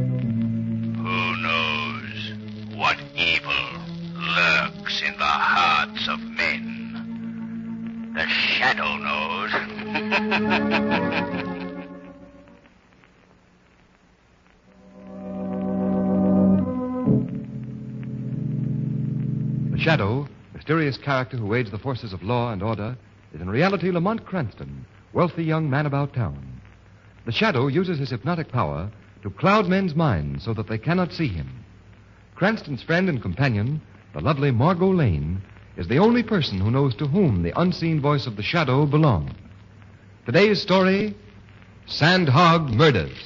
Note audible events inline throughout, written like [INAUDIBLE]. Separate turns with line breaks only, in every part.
Who knows what evil lurks in the hearts of men? The shadow knows.
The Shadow, mysterious character who aids the forces of law and order, is in reality Lamont Cranston, wealthy young man about town. The Shadow uses his hypnotic power to cloud men's minds so that they cannot see him. Cranston's friend and companion, the lovely Margot Lane, is the only person who knows to whom the unseen voice of the Shadow belongs. Today's story Sandhog Murders.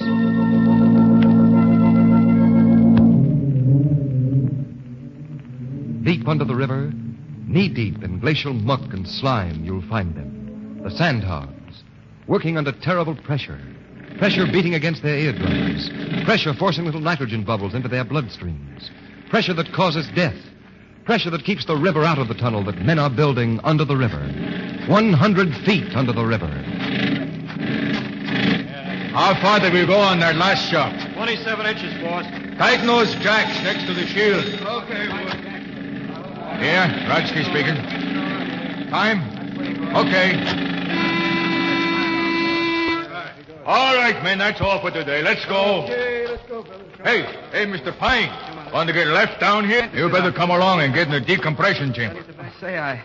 Deep under the river, knee deep in glacial muck and slime, you'll find them. The sandhogs, working under terrible pressure. Pressure beating against their eardrums. Pressure forcing little nitrogen bubbles into their bloodstreams. Pressure that causes death. Pressure that keeps the river out of the tunnel that men are building under the river. 100 feet under the river.
How far did we go on that last shot?
27 inches, boss.
Tighten those jacks next to the shield.
Okay, boss.
Here, Rodsky speaking. Time? Okay. All right, men, that's all for today. Let's go.
Hey, let's go, fellas.
Hey, hey, Mr. Pine. Want to get left down here? You better come along and get in the decompression chamber.
I say, I,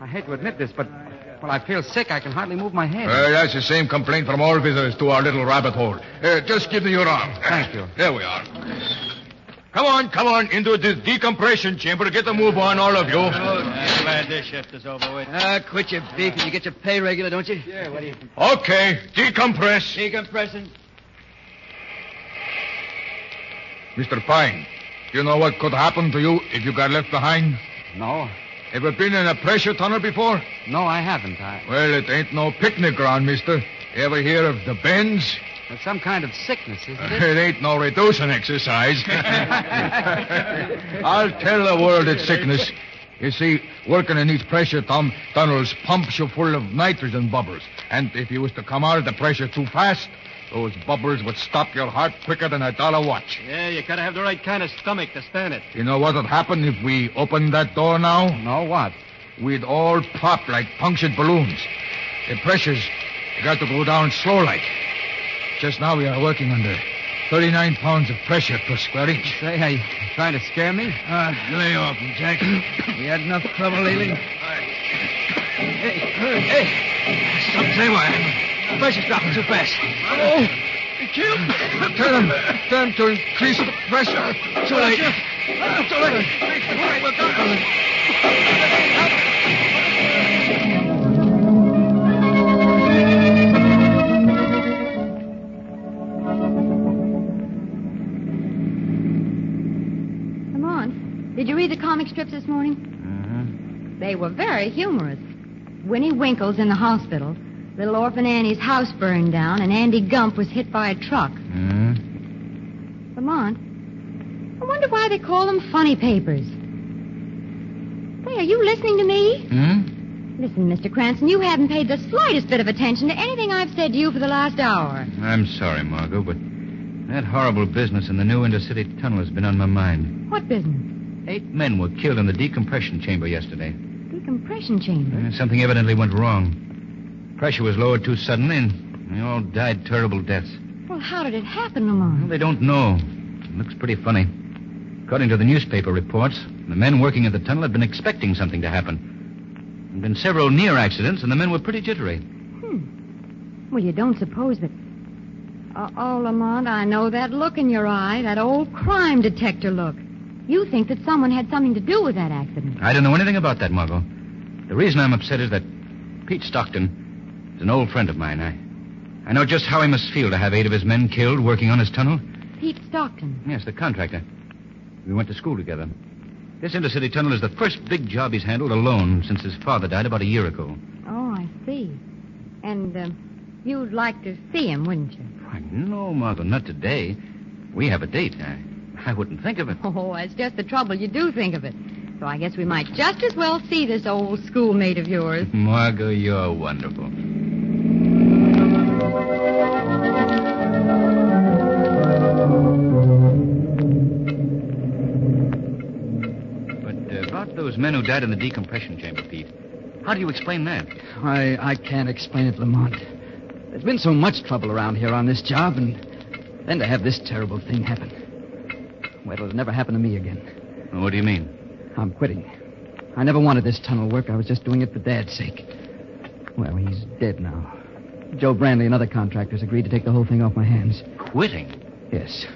I hate to admit this, but well, I feel sick. I can hardly move my head.
Uh, that's the same complaint from all visitors to our little rabbit hole. Uh, just give me your arm.
Thank you.
There we are. Come on, come on, into this decompression chamber. Get a move on, all of you.
I'm glad this shift is over with.
Ah, quit your beef and you get your pay regular, don't you?
Yeah, what do you
Okay, decompress.
Decompression.
Mr. Pine, you know what could happen to you if you got left behind?
No,
Ever been in a pressure tunnel before?
no, I haven't. I,
Well, it ain't no picnic ground, mister. You ever hear of the bends?
it's some kind of sickness, isn't it?
[LAUGHS] It ain't no reducing
[LAUGHS]
exercise. I'll tell the world it's sickness. You see, working in these pressure tum- tunnels pumps you full of nitrogen bubbles. And if you was to come out of the pressure too fast, those bubbles would stop your heart quicker than a dollar watch.
Yeah, you gotta have the right kind of stomach to stand it.
You know what'd happen if we opened that door now?
No, what?
We'd all pop like punctured balloons. The pressures they got to go down slow like. Just now we are working under 39 pounds of pressure per square inch.
Say, are you trying to scare me?
Ah, lay off, Jack.
We had enough trouble lately.
Tell him. Tell him to increase the pressure. Too late. Too late.
Lamont, did you read the comic strips this morning? They were very humorous. Winnie Winkle's in the hospital. Little orphan Annie's house burned down, and Andy Gump was hit by a truck.
Hmm?
Lamont, I wonder why they call them funny papers. Say, are you listening to me?
Hmm?
Listen, Mr. Cranston, you haven't paid the slightest bit of attention to anything I've said to you for the last hour.
I'm sorry, Margot, but that horrible business in the new intercity tunnel has been on my mind.
What business?
Eight men were killed in the decompression chamber yesterday.
Decompression chamber.
Uh, Something evidently went wrong. Pressure was lowered too suddenly, and they all died terrible deaths.
Well, how did it happen,
Well,
Lamont?
they don't know. It looks pretty funny. According to the newspaper reports, the men working at the tunnel had been expecting something to happen. There'd been several near accidents, and the men were pretty jittery.
Well, you don't suppose that. Uh, oh, Lamont, I know that look in your eye, that old crime detector look. You think that someone had something to do with that accident.
I don't know anything about that, Margot. The reason I'm upset is that Pete Stockton is an old friend of mine. I, I know just how he must feel to have eight of his men killed working on his tunnel.
Pete Stockton.
Yes, the contractor. We went to school together. This intercity tunnel is the first big job he's handled alone since his father died about a year ago.
Oh, I see. And uh, [LAUGHS] you'd like to see him, wouldn't you?
Why, no, Margot, not today. We have a date. I, I wouldn't think of it.
Oh, that's just the trouble. You do think of it. So I guess we might just as well see this old schoolmate of yours.
Margot, you're wonderful. But uh, about those men who died in the decompression chamber, Pete, how do you explain that?
I, I can't explain it, Lamont. There's been so much trouble around here on this job, and then to have this terrible thing happen. Well, it'll never happen to me again.
What do you mean?
I'm quitting. I never wanted this tunnel work. I was just doing it for Dad's sake. Well, he's dead now. Joe Branley and other contractors agreed to take the whole thing off my hands.
Quitting?
Yes.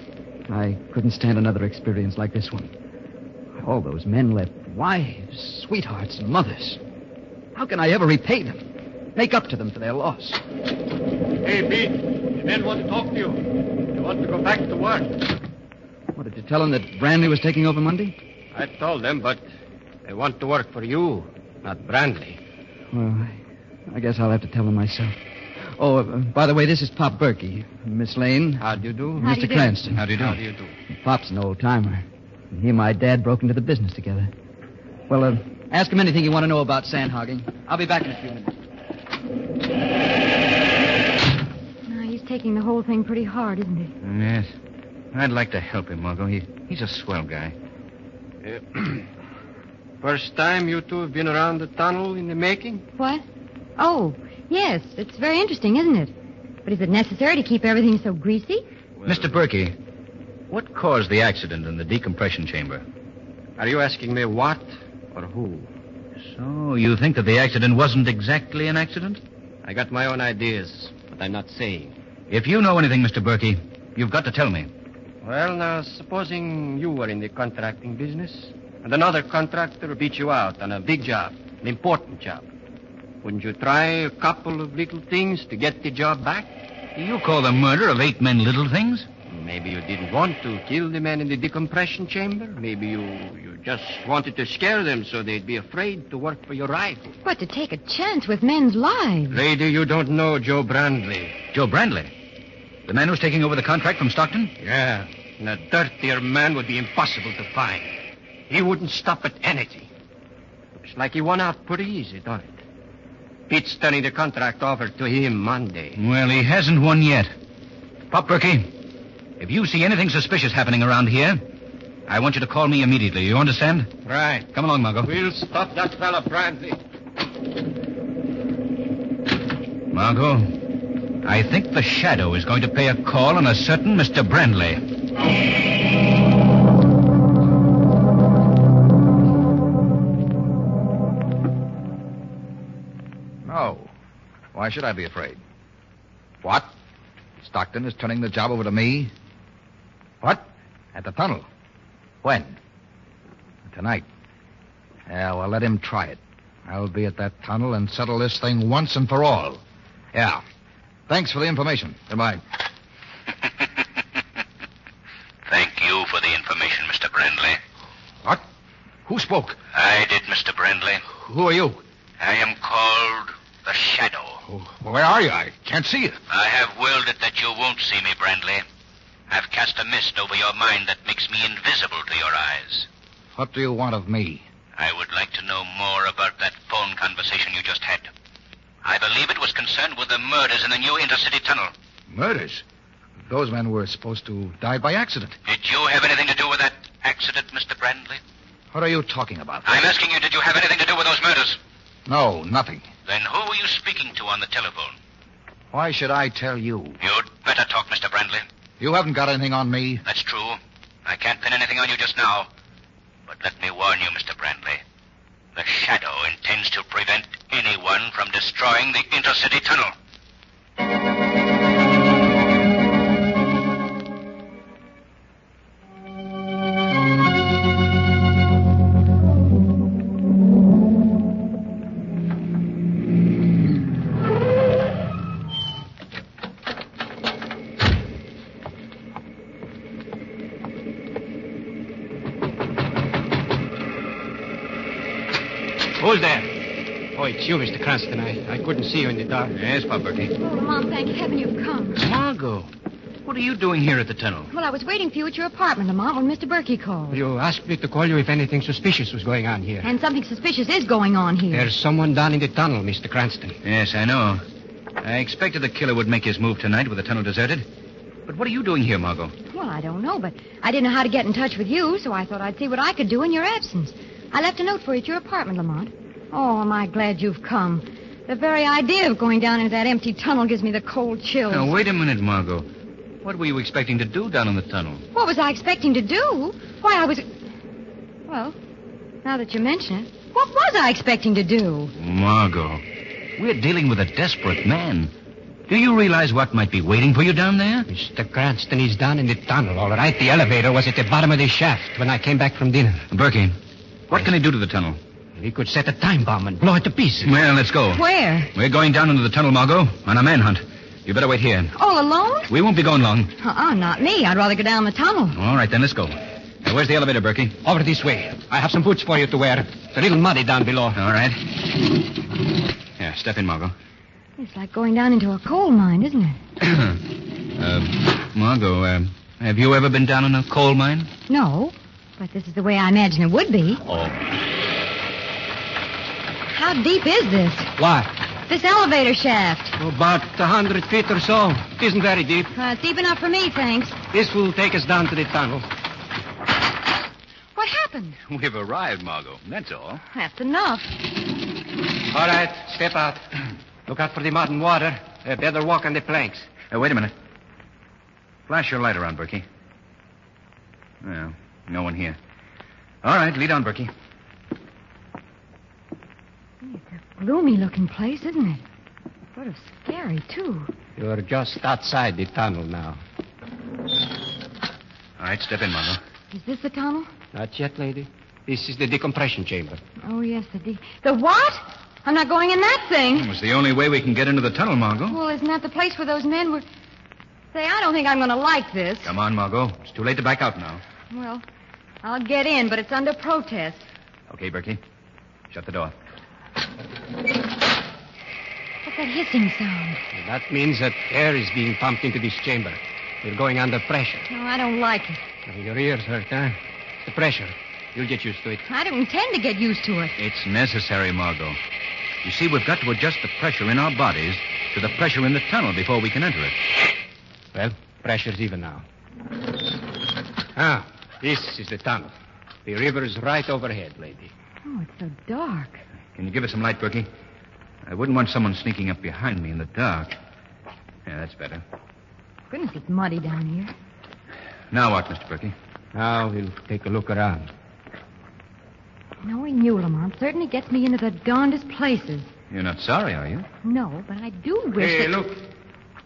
I couldn't stand another experience like this one. All those men left wives, sweethearts, and mothers. How can I ever repay them? Make up to them for their loss.
Hey, Pete, the men want to talk to you. They want to go back to work.
What, did you tell them that Branley was taking over Monday?
I told them, but they want to work for you, not Brantley. [CLEARS THROAT]
Well, I- I guess I'll have to tell them myself. Oh, uh, by the way, this is Pop Berkey. Miss Lane.
How do you do?
How do you
Mr.
do?
Cranston.
How do you do?
How do you do?
Pop's an old timer. He and my dad broke into the business together. Well, uh, ask him anything you want to know about sandhogging. I'll be back in a few minutes.
Now, he's taking the whole thing pretty hard, isn't he?
Yes. I'd like to help him, Margot. He, he's a swell guy.
First time you two have been around the tunnel in the making?
What? Oh, yes. It's very interesting, isn't it? But is it necessary to keep everything so greasy?
Mr. Berkey, what caused the accident in the decompression chamber?
Are you asking me what or who?
So you think that the accident wasn't exactly an accident?
I got my own ideas, but I'm not saying.
If you know anything, Mr. Berkey, you've got to tell me.
Well, now, supposing you were in the contracting business and another contractor beat you out on a big job, an important job. Wouldn't you try a couple of little things to get the job back?
Do you call the murder of eight men little things?
Maybe you didn't want to kill the man in the decompression chamber. Maybe you, you just wanted to scare them so they'd be afraid to work for your rival.
But to take a chance with men's lives.
Lady, you don't know Joe Brandley.
Joe Brandley, the man who's taking over the contract from Stockton?
Yeah, and a dirtier man would be impossible to find. He wouldn't stop at anything. Looks like he won out pretty easy, don't it? Pete's turning the contract over to him Monday.
Well, he hasn't won yet. Pop Berkey, if you see anything suspicious happening around here, I want you to call me immediately. You understand?
Right.
Come along, Margot.
We'll stop that fella, Brandley.
Margot, I think the shadow is going to pay a call on a certain Mr. Brandley.
No. Why should I be afraid? What? Stockton is turning the job over to me? What? At the tunnel? When? Tonight. Yeah, well, let him try it. I'll be at that tunnel and settle this thing once and for all. Yeah. Thanks for the information. Goodbye.
Thank you for the information, Mr. Brandley.
What? Who spoke?
I did, Mr. Brandley.
Who are you?
I am called the Shadow.
Oh,
Where are you? I can't see you.
I have willed it that you won't see me, Brandley. I've cast a mist over your mind that makes me invisible to your eyes.
What do you want of me?
I would like to know more about that phone conversation you just had. I believe it was concerned with the murders in the new intercity tunnel.
Murders? Those men were supposed to die by accident.
Did you have anything to do with that accident, Mr. Brandley?
What are you talking about?
I'm asking you, did you have anything to do with those murders?
No, nothing.
Then who were you speaking to on the telephone?
Why should I tell you?
You'd better talk, Mr. Brandley.
You haven't got anything on me.
That's true. I can't pin anything on you just now. But let me warn you, Mr. Brandley. The Shadow intends to prevent anyone from destroying the intercity tunnel.
Who's there? Oh, it's you, Mr. Cranston. I, I couldn't see you in the dark.
Yes, Pop Berkey.
Oh, Lamont, thank heaven you've come.
Margot, What are you doing here at the tunnel?
Well, I was waiting for you at your apartment, Lamont, when Mr. Berkey called.
You asked me to call you if anything suspicious was going on here.
And something suspicious is going on here.
There's someone down in the tunnel, Mr. Cranston.
Yes, I know. I expected the killer would make his move tonight with the tunnel deserted. But what are you doing here, Margot?
Well, I don't know, but I didn't know how to get in touch with you, so I thought I'd see what I could do in your absence. I left a note for you at your apartment, Lamont. Oh, am I glad you've come. The very idea of going down into that empty tunnel gives me the cold chills.
Now, wait a minute, Margot. What were you expecting to do down in the tunnel?
What was I expecting to do? Why, I was. Well, now that you mention it, what was I expecting to do?
Margot, we're dealing with a desperate man. Do you realize what might be waiting for you down there?
Mr. Cranston is down in the tunnel, all right. The elevator was at the bottom of the shaft when I came back from dinner.
Berkey, what can I do to the tunnel?
We could set a time bomb and blow it to pieces.
Well, let's go.
Where?
We're going down into the tunnel, Margot, on a manhunt. You better wait here.
All alone?
We won't be going long.
Uh-uh, not me. I'd rather go down the tunnel.
All right, then, let's go. Now, where's the elevator, Berkey?
Over this way. I have some boots for you to wear. It's a little muddy down below.
All right. Here, step in, Margot. [CLEARS THROAT]
It's like going down into a coal mine, isn't it?
uh, Margot, uh, have you ever been down in a coal mine?
No, but this is the way I imagine it would be.
Oh. [LAUGHS]
How deep is this?
Why?
This elevator shaft.
About a hundred feet or so. It isn't very deep.
Uh, it's deep enough for me, thanks.
This will take us down to the tunnel.
What happened?
We've arrived, Margot. That's all.
That's enough.
All right, step out. [CLEARS THROAT] Look out for the mud and water. Uh, better walk on the planks.
Uh, wait a minute. Flash your light around, Berkey. Well, no one here. All right, lead on, Berkey.
Gloomy looking place, isn't it? Sort of scary, too.
You're just outside the tunnel now.
All right, step in, Margot.
Is this the tunnel?
Not yet, lady. This is the decompression chamber.
Oh, yes, the de- The what? I'm not going in that thing.
It was the only way we can get into the tunnel, Margot.
Well, isn't that the place where those men were. Say, I don't think I'm going to like this.
Come on, Margot. It's too late to back out now.
Well, I'll get in, but it's under protest.
Okay, Berkey. Shut the door.
What's that hissing sound?
That means that air is being pumped into this chamber. We're going under pressure.
No, I don't like it.
Your ears hurt, huh? It's the pressure. You'll get used to it.
I don't intend to get used to it.
It's necessary, Margot. You see, we've got to adjust the pressure in our bodies to the pressure in the tunnel before we can enter it.
Well, pressure's even now. Ah, this is the tunnel. The river's right overhead, lady.
Oh, it's so dark.
Can you give us some light, Berkey? I wouldn't want someone sneaking up behind me in the dark. Yeah, that's better.
Goodness, it's muddy down here.
Now what, Mr. Berkey?
Now we'll take a look around.
Knowing you, Lamont, certainly gets me into the darndest places.
You're not sorry, are you?
No, but I do wish.
Hey,
that-
look.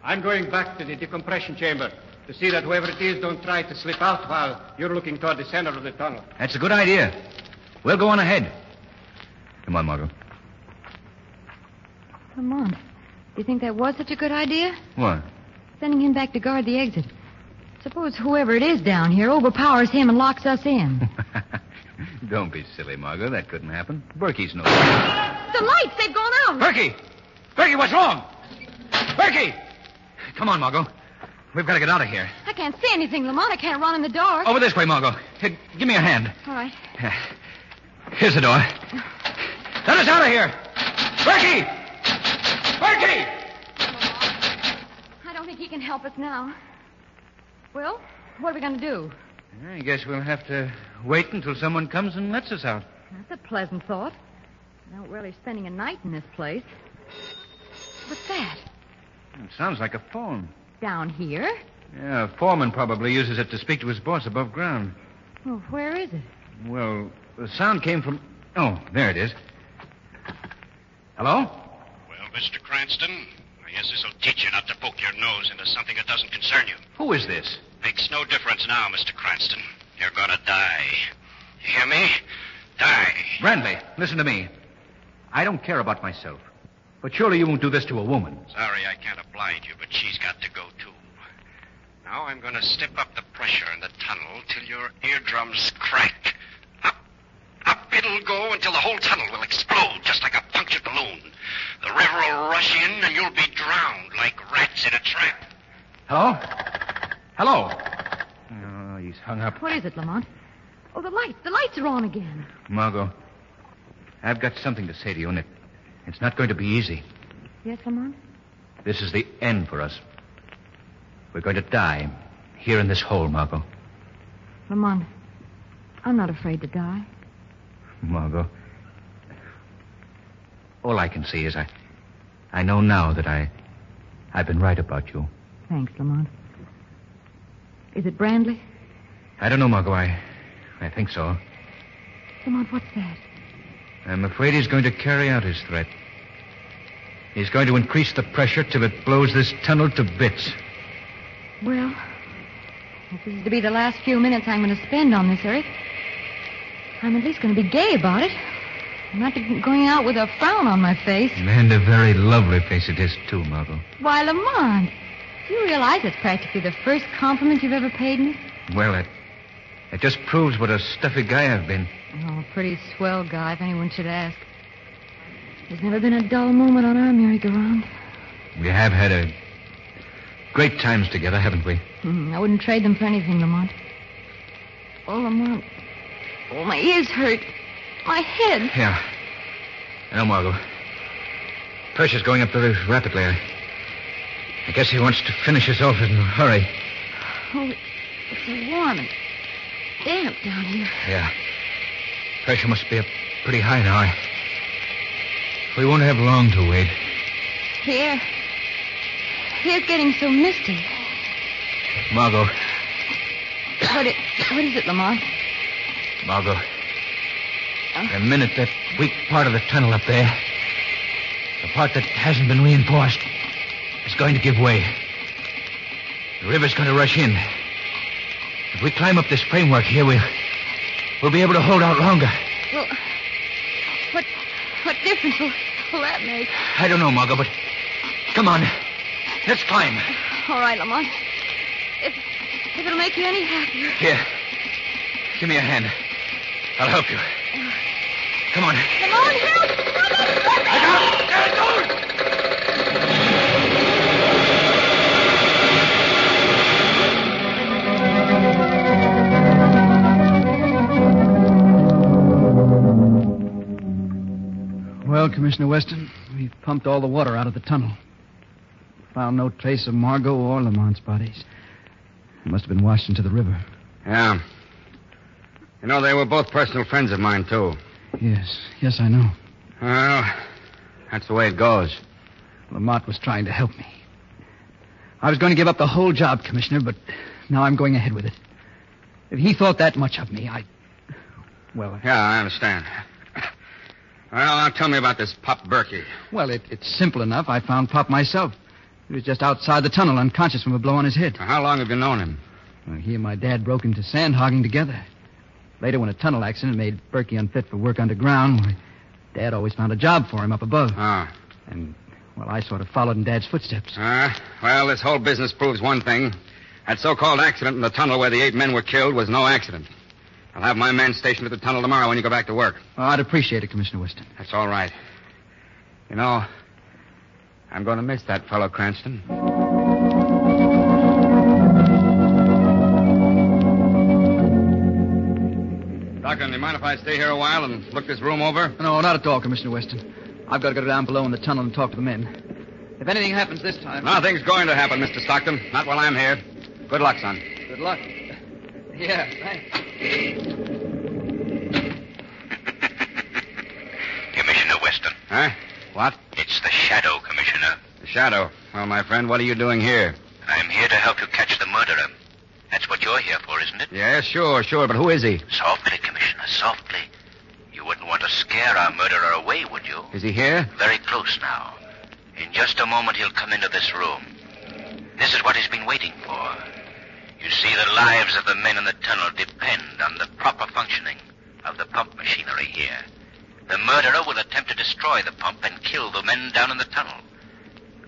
I'm going back to the decompression chamber to see that whoever it is don't try to slip out while you're looking toward the center of the tunnel.
That's a good idea. We'll go on ahead. Come on, Margot.
Lamont, do you think that was such a good idea?
What?
Sending him back to guard the exit. Suppose whoever it is down here overpowers him and locks us
[LAUGHS]
in.
[LAUGHS] Don't be silly, Margot. That couldn't happen. Berkey's no.
the lights, they've gone out.
Berkey! Berkey, what's wrong? Berkey! Come on, Margot. We've got to get out of here.
I can't see anything, Lamont. I can't run in the dark.
Over this way, Margot. Here, give me a hand.
All right.
[SIGHS] Here's the door. Let us out of here! Berkey! Berkey!
I don't think he can help us now. Well, what are we going to do?
I guess we'll have to wait until someone comes and lets us out.
That's a pleasant thought. No really spending a night in this place. What's that?
It sounds like a phone.
Down here?
Yeah, a foreman probably uses it to speak to his boss above ground.
Well, Oh, where is it?
Well, the sound came from. Oh, there it is. Hello?
Well, Mr. Cranston, I guess this'll teach you not to poke your nose into something that doesn't concern you.
Who is this?
Makes no difference now, Mr. Cranston. You're gonna die. You hear me? Die.
Brantley, listen to me. I don't care about myself, but surely you won't do this to a woman.
Sorry I can't oblige you, but she's got to go too. Now I'm gonna step up the pressure in the tunnel till your eardrums crack. Up, up it'll go until the whole tunnel will explode just like a punctured balloon. The river will rush in and you'll be drowned like rats in a trap.
Hello?
Hello.
Oh, he's hung up.
What is it, Lamont? Oh, the lights. The lights are on again.
Margot, I've got something to say to you, and it, it's not going to be easy.
Yes, Lamont?
This is the end for us. We're going to die here in this hole, Margot.
Lamont, I'm not afraid to die.
Margot, all I can see is I, I know now that I, I've been right about you.
Thanks, Lamont. Is it Brandley?
I don't know, Margot. I, I think so.
Lamont, what's that?
I'm afraid he's going to carry out his threat. He's going to increase the pressure till it blows this tunnel to bits.
Well, if this is to be the last few minutes I'm going to spend on this, Eric, I'm at least going to be gay about it. I'm not going out with a frown on my face.
And a very lovely face it is, too, Margot.
Why, Lamont, do you realize it's practically the first compliment you've ever paid me?
Well, it, it just proves what a stuffy guy I've been.
Oh, a pretty swell guy, if anyone should ask. There's never been a dull moment on our merry-go-round.
We have had a great times together, haven't we?
Mm, I wouldn't trade them for anything, Lamont. Oh, Lamont. Oh, my ears hurt. My head.
Yeah. Now, Margot. Pressure's going up very rapidly. I, I guess he wants to finish us off in a hurry.
Oh, it's so warm and damp down here.
Yeah. Pressure must be up pretty high now. I, we won't have long to wait.
The air. The air's getting so misty.
Margot.
What, it, what is it, Lamont?
Margot. The minute that weak part of the tunnel up there, the part that hasn't been reinforced, is going to give way. The river's going to rush in. If we climb up this framework here, we'll, we'll be able to hold out longer.
Well, what, what difference will, will that make?
I don't know, Margot, but come on. Let's climb.
All right, Lamont. If, if it'll make you any happier.
Here. Give me a hand. I'll help you. Come on.
Lamont, help! Lamont, help me!
Well, Commissioner Weston, we've pumped all the water out of the tunnel. Found no trace of Margot or Lamont's bodies. They must have been washed into the river.
Yeah. You know, they were both personal friends of mine, too.
Yes, yes, I know.
Well, that's the way it goes.
Lamont was trying to help me. I was going to give up the whole job, Commissioner, but now I'm going ahead with it. If he thought that much of me, I. Well, uh, I-
Yeah, I understand. Well, now tell me about this Pop Berkey.
well, it, it's simple enough. I found Pop myself. He was just outside the tunnel, unconscious from a blow on his head.
How long have you known him?
Well, he and my dad broke into sandhogging together. Later, when a tunnel accident made Berkey unfit for work underground, why, Dad always found a job for him up above.
Ah.
And, well, I sort of followed in Dad's footsteps.
Ah, well, this whole business proves one thing. That so-called accident in the tunnel where the eight men were killed was no accident. I'll have my men stationed at the tunnel tomorrow when you go back to work.
Well, I'd appreciate it, Commissioner Weston.
That's all right. You know, I'm going to miss that fellow Cranston. Doctor, do you mind if I stay here a while and look this room over?
No, not at all, Commissioner Weston. I've got to go down below in the tunnel and talk to the men. If anything happens this time.
Nothing's Ah, going to happen, Mr. Stockton. Not while I'm here. Good luck, son.
Good luck. Yeah, thanks.
Commissioner Weston,
Huh? What?
it's the Shadow, Commissioner.
The shadow. Well, my friend, what are you doing here?
I'm here to help you catch the murderer. That's what you're here for, isn't it?
Yeah, sure, sure, but who is he?
Softly, Commissioner, softly. You wouldn't want to scare our murderer away, would you?
Is he here?
Very close now. In just a moment, he'll come into this room. This is what he's been waiting for. You see, the lives of the men in the tunnel depend on the proper functioning of the pump machinery here. The murderer will attempt to destroy the pump and kill the men down in the tunnel.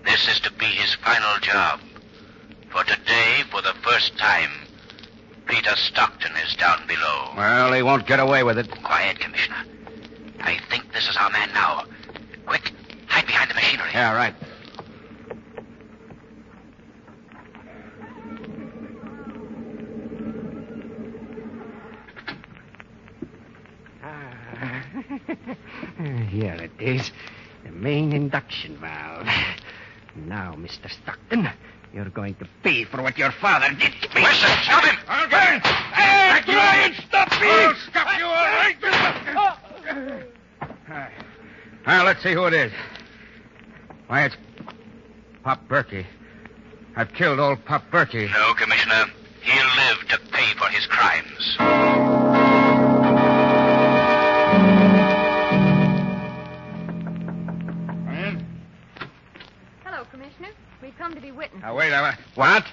This is to be his final job. For today, for the first time, Peter Stockton is down below.
Well, he won't get away with it.
Quiet, Commissioner. I think this is our man now. Quick, hide behind the machinery.
Yeah, right.
Ah, [LAUGHS] here it is. The main induction valve. Now, Mr. Stockton, you're going to pay for what your father did to me.
Listen, stop him!
I'll get him!
Hey, Ryan,
stop me! I'll stop you, all right?
Now, let's see who it is. Why, it's Pop Berkey. I've killed old Pop Berkey.
No, Commissioner. He'll live to pay for his crimes.
Come in.
Hello, Commissioner. We've come to be witnesses.
Now, wait a minute. What?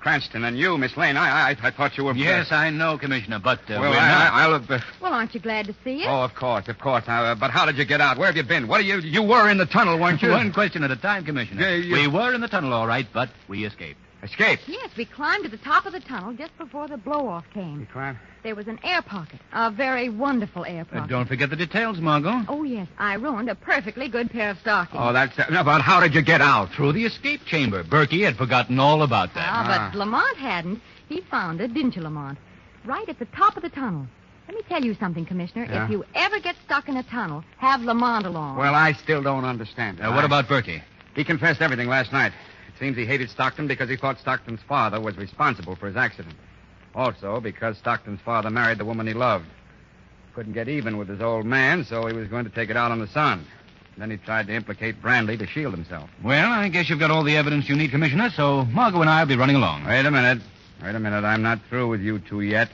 Cranston and you, Miss Lane. I, I, I thought you were.
Yes,
I know, Commissioner, but uh, well,
we're not-
I, I, will
Well, aren't you glad to see us?
Oh, of course, of course. Now, uh, but how did you get out? Where have you been? What are you? You were in the tunnel, weren't you?
One question at a time, Commissioner.
Yeah, you-
We were in the tunnel, all right, but we escaped.
Escaped.
Yes, we climbed to the top of the tunnel just before the blow-off came.
climbed?
There was an air pocket, a very wonderful air
Uh,
pocket.
don't forget the details, Margot.
Oh, yes, I ruined a perfectly good pair of stockings.
Oh, that's uh, no, but how did you get out?
Through the escape chamber. Berkey had forgotten all about that.
Ah, but Lamont hadn't. He found it, didn't you, Lamont? Right at the top of the tunnel. Let me tell you something, Commissioner.
Yeah?
If you ever get stuck in a tunnel, have Lamont along.
Well, I still don't understand. it.
Uh, what about Berkey?
He confessed everything last night. It seems he hated Stockton because he thought Stockton's father was responsible for his accident. Also, because Stockton's father married the woman he loved. Couldn't get even with his old man, so he was going to take it out on the son. Then he tried to implicate Branley to shield himself.
Well, I guess you've got all the evidence you need, Commissioner, so Margot and I will be running along.
Wait a minute. Wait a minute. I'm not through with you two yet.